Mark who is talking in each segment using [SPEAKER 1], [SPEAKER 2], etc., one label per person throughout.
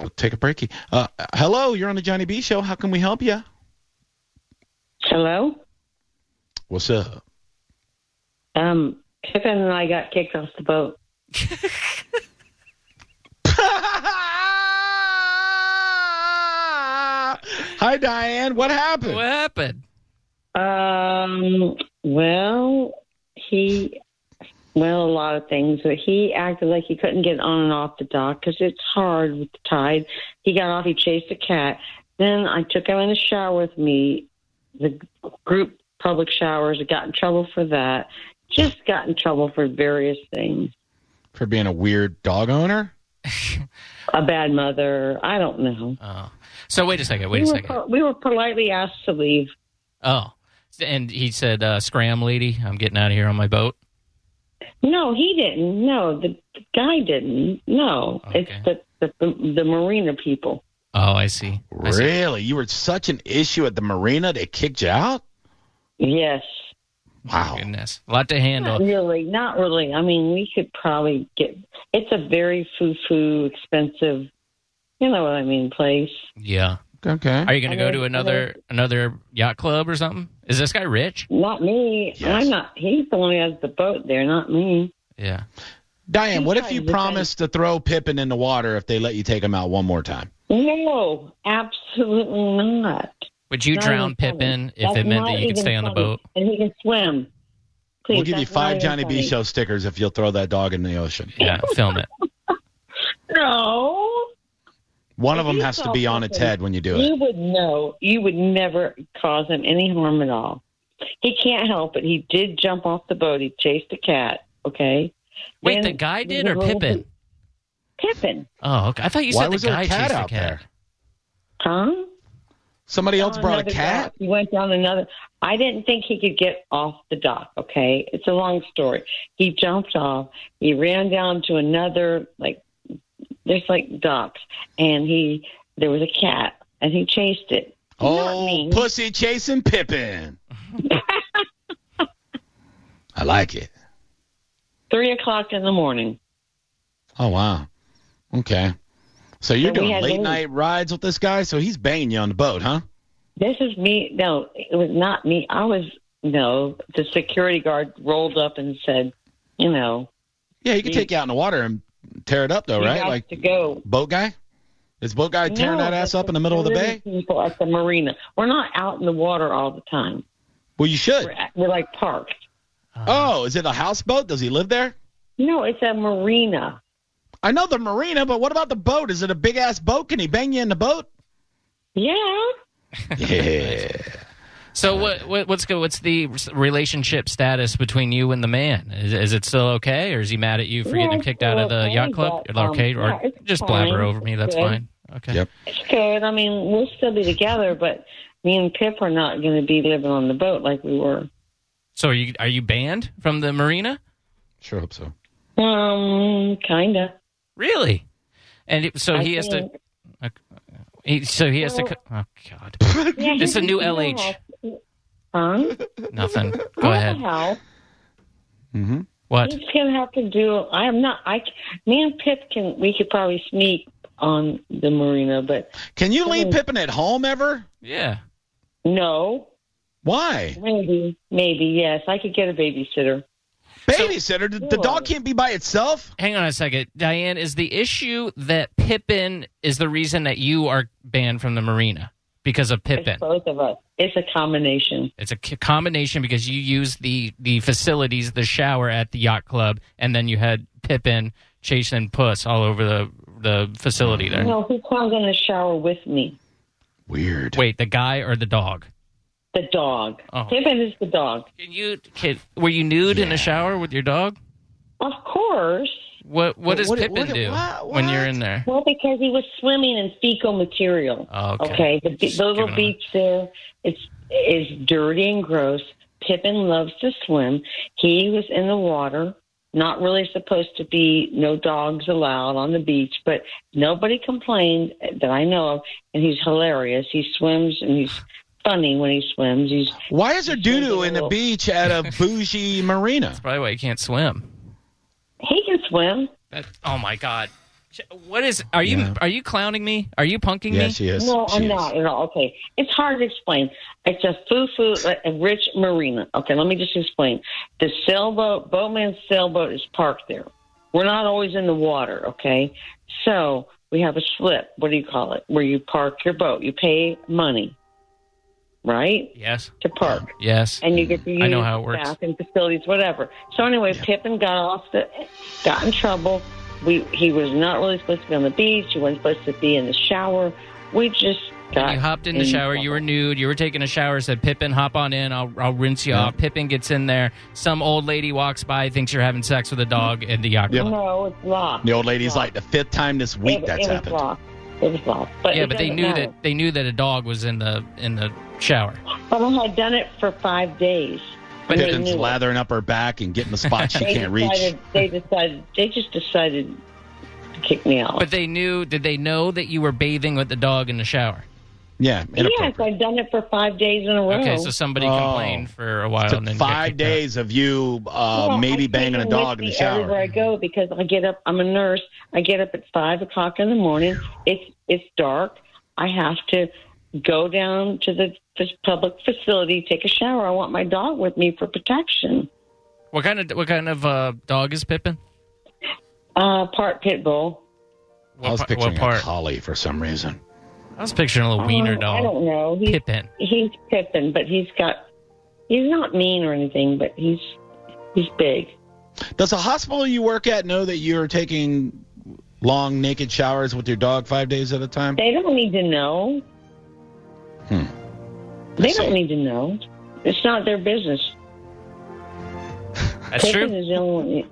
[SPEAKER 1] We'll take a breaky. Uh, hello, you're on the Johnny B Show. How can we help you?
[SPEAKER 2] Hello.
[SPEAKER 1] What's up?
[SPEAKER 2] Um, Pippin and I got kicked off the boat.
[SPEAKER 1] Hi, Diane. What happened?
[SPEAKER 3] What happened?
[SPEAKER 2] Um, well, he, well, a lot of things, but he acted like he couldn't get on and off the dock because it's hard with the tide. He got off, he chased a cat. Then I took him in the shower with me, the group public showers. I got in trouble for that. Just got in trouble for various things.
[SPEAKER 1] For being a weird dog owner?
[SPEAKER 2] A bad mother. I don't know.
[SPEAKER 3] Oh. So wait a second. Wait
[SPEAKER 2] we,
[SPEAKER 3] a
[SPEAKER 2] were
[SPEAKER 3] second.
[SPEAKER 2] po- we were politely asked to leave.
[SPEAKER 3] Oh. And he said, uh, "Scram, lady! I'm getting out of here on my boat."
[SPEAKER 2] No, he didn't. No, the, the guy didn't. No,
[SPEAKER 3] Okay.
[SPEAKER 2] it's the, the the the marina people.
[SPEAKER 3] Oh, I see. I see.
[SPEAKER 1] Really? You were such an issue at the marina they kicked you out?
[SPEAKER 2] Yes,
[SPEAKER 1] Wow.
[SPEAKER 3] Goodness, a lot to
[SPEAKER 2] not
[SPEAKER 3] handle.
[SPEAKER 2] really, not really. I mean, we could probably get. It's a very foo-foo, expensive. You know what I mean? Place.
[SPEAKER 3] Yeah.
[SPEAKER 1] Okay.
[SPEAKER 3] Are you going to
[SPEAKER 2] I know-
[SPEAKER 3] go to
[SPEAKER 2] I
[SPEAKER 3] another another yacht club or something? Is this guy rich?
[SPEAKER 2] Not me.
[SPEAKER 1] Yes.
[SPEAKER 2] I'm not. He's the one who has the boat there, not me.
[SPEAKER 3] Yeah.
[SPEAKER 1] Diane, what if you
[SPEAKER 2] Sometimes it
[SPEAKER 1] promised to throw Pippin in the water if they let you take him out one more time?
[SPEAKER 2] No, absolutely not.
[SPEAKER 3] Would you
[SPEAKER 2] Not
[SPEAKER 3] drown
[SPEAKER 2] even funny.
[SPEAKER 3] Pippin if
[SPEAKER 2] That's
[SPEAKER 3] it meant
[SPEAKER 2] not
[SPEAKER 3] that you could
[SPEAKER 2] even
[SPEAKER 3] stay on the
[SPEAKER 2] funny.
[SPEAKER 3] boat?
[SPEAKER 2] and he can swim? Please,
[SPEAKER 1] we'll give you
[SPEAKER 2] that's not
[SPEAKER 1] five
[SPEAKER 2] even
[SPEAKER 1] Johnny B.
[SPEAKER 2] funny.
[SPEAKER 1] Show stickers if you'll throw that dog in the ocean.
[SPEAKER 3] Yeah, film it.
[SPEAKER 2] No.
[SPEAKER 1] One of
[SPEAKER 2] If
[SPEAKER 1] them
[SPEAKER 2] you
[SPEAKER 1] has to
[SPEAKER 2] throw
[SPEAKER 1] be on its
[SPEAKER 2] Pippin,
[SPEAKER 1] head when you do it.
[SPEAKER 2] You would know. You would never cause him any harm at all. He can't help it. He did jump off the boat. He chased a cat. Okay.
[SPEAKER 3] Wait,
[SPEAKER 2] And
[SPEAKER 3] the guy did
[SPEAKER 2] the
[SPEAKER 3] or
[SPEAKER 2] little-
[SPEAKER 3] Pippin?
[SPEAKER 2] Pippin,
[SPEAKER 3] Oh, okay. I thought you
[SPEAKER 1] Why
[SPEAKER 3] said the
[SPEAKER 1] was there a
[SPEAKER 3] guy
[SPEAKER 1] cat
[SPEAKER 3] chased the
[SPEAKER 1] out
[SPEAKER 3] cat.
[SPEAKER 1] there?
[SPEAKER 2] huh?
[SPEAKER 1] Somebody else
[SPEAKER 2] On
[SPEAKER 1] brought a
[SPEAKER 2] Oh, another
[SPEAKER 1] cat?
[SPEAKER 2] dock. He went down another. I didn't think he could get off the dock. Okay, it's a long story. He jumped off. He ran down to another like there's like docks, and he there was a cat, and he chased it. Not
[SPEAKER 1] Oh,
[SPEAKER 2] me.
[SPEAKER 1] pussy chasing Pippin. I like it.
[SPEAKER 2] Three o'clock in the morning.
[SPEAKER 1] Oh, wow. Okay. So you're
[SPEAKER 2] So we
[SPEAKER 1] doing
[SPEAKER 2] had
[SPEAKER 1] late
[SPEAKER 2] those.
[SPEAKER 1] night rides with this guy, so he's banging you on the boat, huh?
[SPEAKER 2] This is me. No, it was not me. I was no. The security guard rolled up and said, "You know,
[SPEAKER 1] Yeah, he could
[SPEAKER 2] He-
[SPEAKER 1] take you out in the water and tear it up, though,
[SPEAKER 2] you
[SPEAKER 1] right?
[SPEAKER 2] have
[SPEAKER 1] Like
[SPEAKER 2] to go."
[SPEAKER 1] boat guy? Is boat guy tearing
[SPEAKER 2] No,
[SPEAKER 1] that ass
[SPEAKER 2] but
[SPEAKER 1] up in the middle of the bay?
[SPEAKER 2] security People at the marina. We're not out in the water all the time.
[SPEAKER 1] Well, you should.
[SPEAKER 2] We're, at, we're like parked.
[SPEAKER 1] Oh, is it a houseboat? Does he live there?
[SPEAKER 2] No, it's a marina.
[SPEAKER 1] I know the marina, but what about the boat? Is it a big ass boat? Can he bang you in the boat?
[SPEAKER 2] Yeah.
[SPEAKER 1] Yeah.
[SPEAKER 3] So what, what what's good? What's the relationship status between you and the man? Is, is it still okay, or is he mad at you for
[SPEAKER 2] Yeah,
[SPEAKER 3] getting
[SPEAKER 2] it's
[SPEAKER 3] kicked out of
[SPEAKER 2] still
[SPEAKER 3] the yacht
[SPEAKER 2] okay,
[SPEAKER 3] club?
[SPEAKER 2] but, um,
[SPEAKER 3] okay, or
[SPEAKER 2] yeah, it's
[SPEAKER 3] just
[SPEAKER 2] fine.
[SPEAKER 3] blabber over me. That's
[SPEAKER 2] It's good.
[SPEAKER 3] fine. Okay.
[SPEAKER 1] Yep.
[SPEAKER 2] It's good. I mean, we'll still be together, but me and Pip are not going to be living on the boat like we were.
[SPEAKER 3] So are you are you banned from the marina?
[SPEAKER 1] Sure hope so.
[SPEAKER 2] Um, kind of.
[SPEAKER 3] Really? And it, so he has to. uh, He, so he has to. co- Oh God!
[SPEAKER 2] Yeah,
[SPEAKER 3] It's
[SPEAKER 2] he-
[SPEAKER 3] a new
[SPEAKER 2] he
[SPEAKER 3] LH.
[SPEAKER 2] has- Huh?
[SPEAKER 3] Nothing. Go
[SPEAKER 2] What
[SPEAKER 3] ahead.
[SPEAKER 2] the hell?
[SPEAKER 1] Mm-hmm.
[SPEAKER 3] What?
[SPEAKER 2] He's gonna have to do. I am not. I. c- Me and Pip can. We could probably sneak on the marina, but
[SPEAKER 1] Can you leave
[SPEAKER 2] Mm.
[SPEAKER 1] Pippin at home ever?
[SPEAKER 3] Yeah.
[SPEAKER 2] no.
[SPEAKER 1] Why?
[SPEAKER 2] Maybe. Maybe yes. I could get a babysitter.
[SPEAKER 1] Babysitter? The- the dog can't be by itself?
[SPEAKER 3] Hang on a second, Diane. Is the issue that Pippin is the reason that you are banned from the marina because of Pippin?
[SPEAKER 2] It's both of us. It's a combination.
[SPEAKER 3] It's a c- combination because you used the the facilities, the shower at the yacht club, and then you had Pippin chasing puss all over the the facility there.
[SPEAKER 2] No, he comes in the shower with me.
[SPEAKER 1] Weird.
[SPEAKER 3] Wait, the guy or the dog?
[SPEAKER 2] The dog.
[SPEAKER 3] Oh.
[SPEAKER 2] Pippin is the dog.
[SPEAKER 3] Can you? Can, were you nude in
[SPEAKER 1] Yeah.
[SPEAKER 3] a shower with your dog?
[SPEAKER 2] Of course.
[SPEAKER 3] What what does
[SPEAKER 1] What-
[SPEAKER 3] Pippin
[SPEAKER 1] what-
[SPEAKER 3] do
[SPEAKER 1] what-
[SPEAKER 3] when you're
[SPEAKER 1] what?
[SPEAKER 3] in there?
[SPEAKER 2] Well, because he was swimming in fecal material.
[SPEAKER 3] Oh, okay.
[SPEAKER 2] Okay, the be-
[SPEAKER 3] Just
[SPEAKER 2] the little
[SPEAKER 3] giving a-
[SPEAKER 2] beach there it's is dirty and gross. Pippin loves to swim. He was in the water. Not really supposed to be no dogs allowed on the beach, but nobody complained that I know of. And he's hilarious. He swims and he's funny when he swims. He's
[SPEAKER 1] Why is there doo
[SPEAKER 2] Swimming
[SPEAKER 1] doo
[SPEAKER 2] in
[SPEAKER 1] in the
[SPEAKER 2] the-
[SPEAKER 1] beach at a bougie marina?
[SPEAKER 3] Probably why you can't swim.
[SPEAKER 2] he can swim.
[SPEAKER 3] That oh my god. What is are you
[SPEAKER 1] Yeah.
[SPEAKER 3] are you clowning me? Are you punking
[SPEAKER 1] Yeah,
[SPEAKER 3] me?
[SPEAKER 1] she is.
[SPEAKER 2] No,
[SPEAKER 1] she
[SPEAKER 2] I'm
[SPEAKER 1] is.
[SPEAKER 2] not at all. Okay, it's hard to explain. It's a foo-foo, a rich marina. Okay, let me just explain. The sailboat, boatman's sailboat, is parked there. We're not always in the water. Okay, so we have a slip. What do you call it? Where you park your boat? You pay money, right,
[SPEAKER 3] Yes.
[SPEAKER 2] to park
[SPEAKER 3] Yes.
[SPEAKER 2] and you get to use
[SPEAKER 3] Mm-hmm. I know how it works.
[SPEAKER 2] staff and facilities, whatever. So anyway, Pippin got off the, got in trouble. We he was not really supposed to be on the beach. He wasn't supposed to be in the shower. We just got.
[SPEAKER 3] You hopped in the shower. You were nude. You were taking a shower. Said Pippin, hop on in. I'll, I'll rinse you
[SPEAKER 1] Yeah.
[SPEAKER 3] off. Pippin gets in there. Some old lady walks by, thinks you're having sex with a dog at the yacht club.
[SPEAKER 2] No, it's locked.
[SPEAKER 1] The old lady's like the fifth time this week
[SPEAKER 2] it,
[SPEAKER 1] that's
[SPEAKER 2] it
[SPEAKER 1] happened.
[SPEAKER 2] Was locked. It was locked. But
[SPEAKER 3] yeah,
[SPEAKER 2] it
[SPEAKER 3] but they
[SPEAKER 2] doesn't
[SPEAKER 3] knew
[SPEAKER 2] matter.
[SPEAKER 3] that they knew that a dog was in the in the shower.
[SPEAKER 2] But I had done it for five days. And they
[SPEAKER 1] Pippin's
[SPEAKER 2] knew it.
[SPEAKER 1] lathering up her back and getting the spot she
[SPEAKER 2] They
[SPEAKER 1] can't reach.
[SPEAKER 2] decided, They decided. They just decided to kick me out.
[SPEAKER 3] But they knew. Did they know that you were bathing with the dog in the shower?
[SPEAKER 1] Yeah,
[SPEAKER 2] yes,
[SPEAKER 1] inappropriate.
[SPEAKER 2] I've done it for five days in a row.
[SPEAKER 3] Okay, so somebody
[SPEAKER 1] Oh.
[SPEAKER 3] complained for a while.
[SPEAKER 1] Took
[SPEAKER 3] and then got
[SPEAKER 1] five
[SPEAKER 3] kicked out.
[SPEAKER 1] days of you uh,
[SPEAKER 2] Well, I
[SPEAKER 1] maybe
[SPEAKER 2] take
[SPEAKER 1] banging a
[SPEAKER 2] them
[SPEAKER 1] dog
[SPEAKER 2] with
[SPEAKER 1] in the
[SPEAKER 2] me Everywhere
[SPEAKER 1] shower.
[SPEAKER 2] I go, because I get up. I'm a nurse. I get up at five o'clock in the morning. It's it's dark. I have to go down to the f- public facility, take a shower. I want my dog with me for protection.
[SPEAKER 3] What kind of what kind of uh, dog is Pippin?
[SPEAKER 2] Uh, part pit bull.
[SPEAKER 3] What,
[SPEAKER 1] I was
[SPEAKER 3] pa-
[SPEAKER 1] picturing
[SPEAKER 3] what
[SPEAKER 1] a
[SPEAKER 3] part?
[SPEAKER 1] collie for some reason.
[SPEAKER 3] I was picturing a little wiener
[SPEAKER 2] Uh, I
[SPEAKER 3] dog.
[SPEAKER 2] don't know. He's
[SPEAKER 3] Pippin.
[SPEAKER 2] he's Pippin, but he's got he's not mean or anything, but he's he's big.
[SPEAKER 1] Does the hospital you work at know that you're taking long naked showers with your dog five days at a time?
[SPEAKER 2] They don't need to know.
[SPEAKER 1] Hmm.
[SPEAKER 2] They
[SPEAKER 1] see.
[SPEAKER 2] don't need to know. It's not their business.
[SPEAKER 3] That's
[SPEAKER 2] Taken
[SPEAKER 3] true.
[SPEAKER 2] is the only one-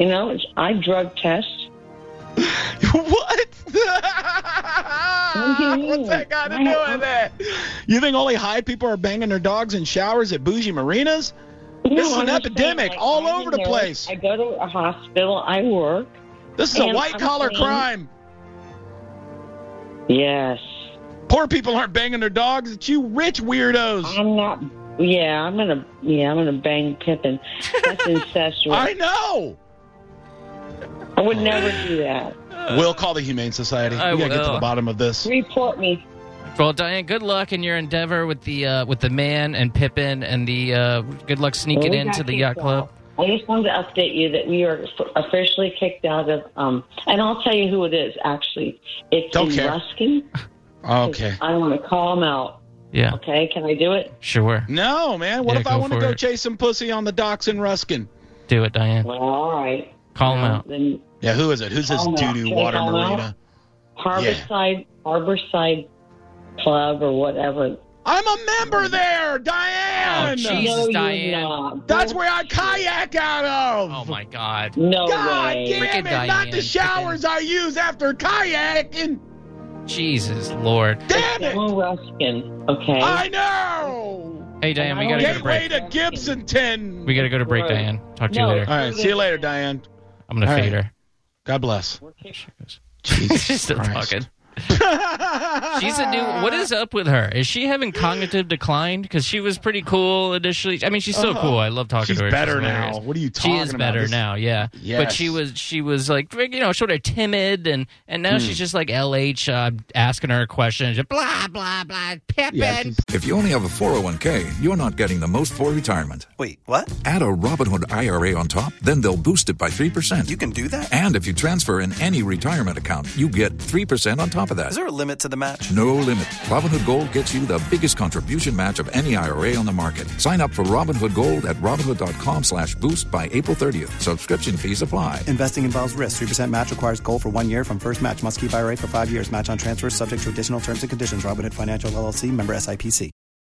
[SPEAKER 2] You know, it's, I drug test.
[SPEAKER 1] what?
[SPEAKER 2] do you
[SPEAKER 1] What's that
[SPEAKER 2] mean?
[SPEAKER 1] got to
[SPEAKER 2] I-
[SPEAKER 1] do with that? You think only high people are banging their dogs in showers at bougie marinas? This is an
[SPEAKER 2] No, I'm just
[SPEAKER 1] epidemic
[SPEAKER 2] saying,
[SPEAKER 1] all
[SPEAKER 2] I'm a
[SPEAKER 1] over the
[SPEAKER 2] nurse.
[SPEAKER 1] place.
[SPEAKER 2] I go to a hospital. I work.
[SPEAKER 1] This is a
[SPEAKER 2] And
[SPEAKER 1] white collar
[SPEAKER 2] I'm saying-
[SPEAKER 1] crime.
[SPEAKER 2] Yes,
[SPEAKER 1] Poor people aren't banging their dogs. It's you rich weirdos.
[SPEAKER 2] I'm not. Yeah, I'm gonna. Yeah, I'm gonna bang Pippin. That's incestuous.
[SPEAKER 1] I
[SPEAKER 2] I,
[SPEAKER 1] know.
[SPEAKER 2] would never do that.
[SPEAKER 1] we'll call the Humane Society.
[SPEAKER 3] I
[SPEAKER 1] we gotta get to
[SPEAKER 3] will.
[SPEAKER 1] the bottom of this.
[SPEAKER 2] Report me.
[SPEAKER 3] Well, Diane, good luck in your endeavor with the uh, with the man and Pippin and the uh, good luck sneaking
[SPEAKER 2] We got
[SPEAKER 3] into the
[SPEAKER 2] kicked
[SPEAKER 3] yacht club.
[SPEAKER 2] out. I just wanted to update you that we are officially kicked out of. Um, and I'll tell you who it is. Actually, it's
[SPEAKER 1] Don't
[SPEAKER 2] in
[SPEAKER 1] care.
[SPEAKER 2] Ruskin.
[SPEAKER 1] Okay.
[SPEAKER 2] I want to call him out.
[SPEAKER 3] Yeah,
[SPEAKER 2] Okay, can I do it?
[SPEAKER 3] sure.
[SPEAKER 1] No, man. What
[SPEAKER 3] Yeah,
[SPEAKER 1] if I
[SPEAKER 3] go
[SPEAKER 1] want to
[SPEAKER 3] for
[SPEAKER 1] go
[SPEAKER 3] it.
[SPEAKER 1] chase some pussy on the docks in Ruskin?
[SPEAKER 3] Do it, Diane.
[SPEAKER 2] Well, all right.
[SPEAKER 3] Call him
[SPEAKER 2] Well,
[SPEAKER 3] out.
[SPEAKER 2] Then
[SPEAKER 1] Yeah, who is it? Who's this
[SPEAKER 2] Oh, no.
[SPEAKER 1] doo doo
[SPEAKER 2] Can I
[SPEAKER 1] water
[SPEAKER 2] call out?
[SPEAKER 1] marina?
[SPEAKER 2] Harborside Harborside Club or whatever.
[SPEAKER 1] I'm a member there, Diane.
[SPEAKER 3] Oh,
[SPEAKER 2] no,
[SPEAKER 3] Jesus, Diane.
[SPEAKER 2] you're not.
[SPEAKER 1] That's where I kayak out of.
[SPEAKER 3] Oh my God.
[SPEAKER 2] No
[SPEAKER 1] God
[SPEAKER 2] way.
[SPEAKER 1] damn it!
[SPEAKER 3] Frickin'
[SPEAKER 1] Not
[SPEAKER 3] Diane.
[SPEAKER 1] the showers I use after kayaking.
[SPEAKER 3] Jesus Lord.
[SPEAKER 1] Damn it!
[SPEAKER 3] Oh.
[SPEAKER 2] Daniel Ruskin. Okay.
[SPEAKER 1] I know.
[SPEAKER 3] Hey, Diane, we
[SPEAKER 2] I
[SPEAKER 3] gotta go to
[SPEAKER 1] Gateway to
[SPEAKER 3] break.
[SPEAKER 1] Gibsonton.
[SPEAKER 3] We gotta go to break,
[SPEAKER 2] Right.
[SPEAKER 3] Diane. Talk to you
[SPEAKER 2] No.
[SPEAKER 3] later.
[SPEAKER 1] All right. See you later, Diane.
[SPEAKER 3] I'm gonna
[SPEAKER 1] All
[SPEAKER 3] feed
[SPEAKER 1] right.
[SPEAKER 3] her.
[SPEAKER 1] God bless.
[SPEAKER 3] She goes- She's
[SPEAKER 1] Jesus
[SPEAKER 3] still
[SPEAKER 1] Christ.
[SPEAKER 3] talking. She's a new. What is up with her? Is she having cognitive decline? Because she was pretty cool initially. I mean, she's still cool. I love talking
[SPEAKER 1] She's
[SPEAKER 3] to her.
[SPEAKER 1] better
[SPEAKER 3] hilarious.
[SPEAKER 1] now. What are you
[SPEAKER 3] She
[SPEAKER 1] talking about?
[SPEAKER 3] is better
[SPEAKER 1] This-
[SPEAKER 3] now, yeah. But she
[SPEAKER 1] Yes.
[SPEAKER 3] was she was like you know sort of timid and and now
[SPEAKER 1] Hmm.
[SPEAKER 3] she's just like LH uh, asking her questions blah blah blah Pippin.
[SPEAKER 1] Yeah, she's-
[SPEAKER 4] If you only have a 401k, you're not getting the most for retirement.
[SPEAKER 5] Wait, what?
[SPEAKER 4] Add a Robinhood IRA on top, then they'll boost it by 3%.
[SPEAKER 5] You can do that?
[SPEAKER 4] and if you transfer in any retirement account, you get 3% on top of that.
[SPEAKER 5] Is there a limit to the match?
[SPEAKER 4] No limit. Robinhood Gold gets you the biggest contribution match of any IRA on the market. Sign up for Robinhood Gold at Robinhood.com slash boost by April 30th. Subscription fees apply.
[SPEAKER 5] Investing involves risk. 3% match requires gold for one year from first match. Must keep IRA for five years. Match on transfers subject to additional terms and conditions. Robinhood Financial LLC member SIPC.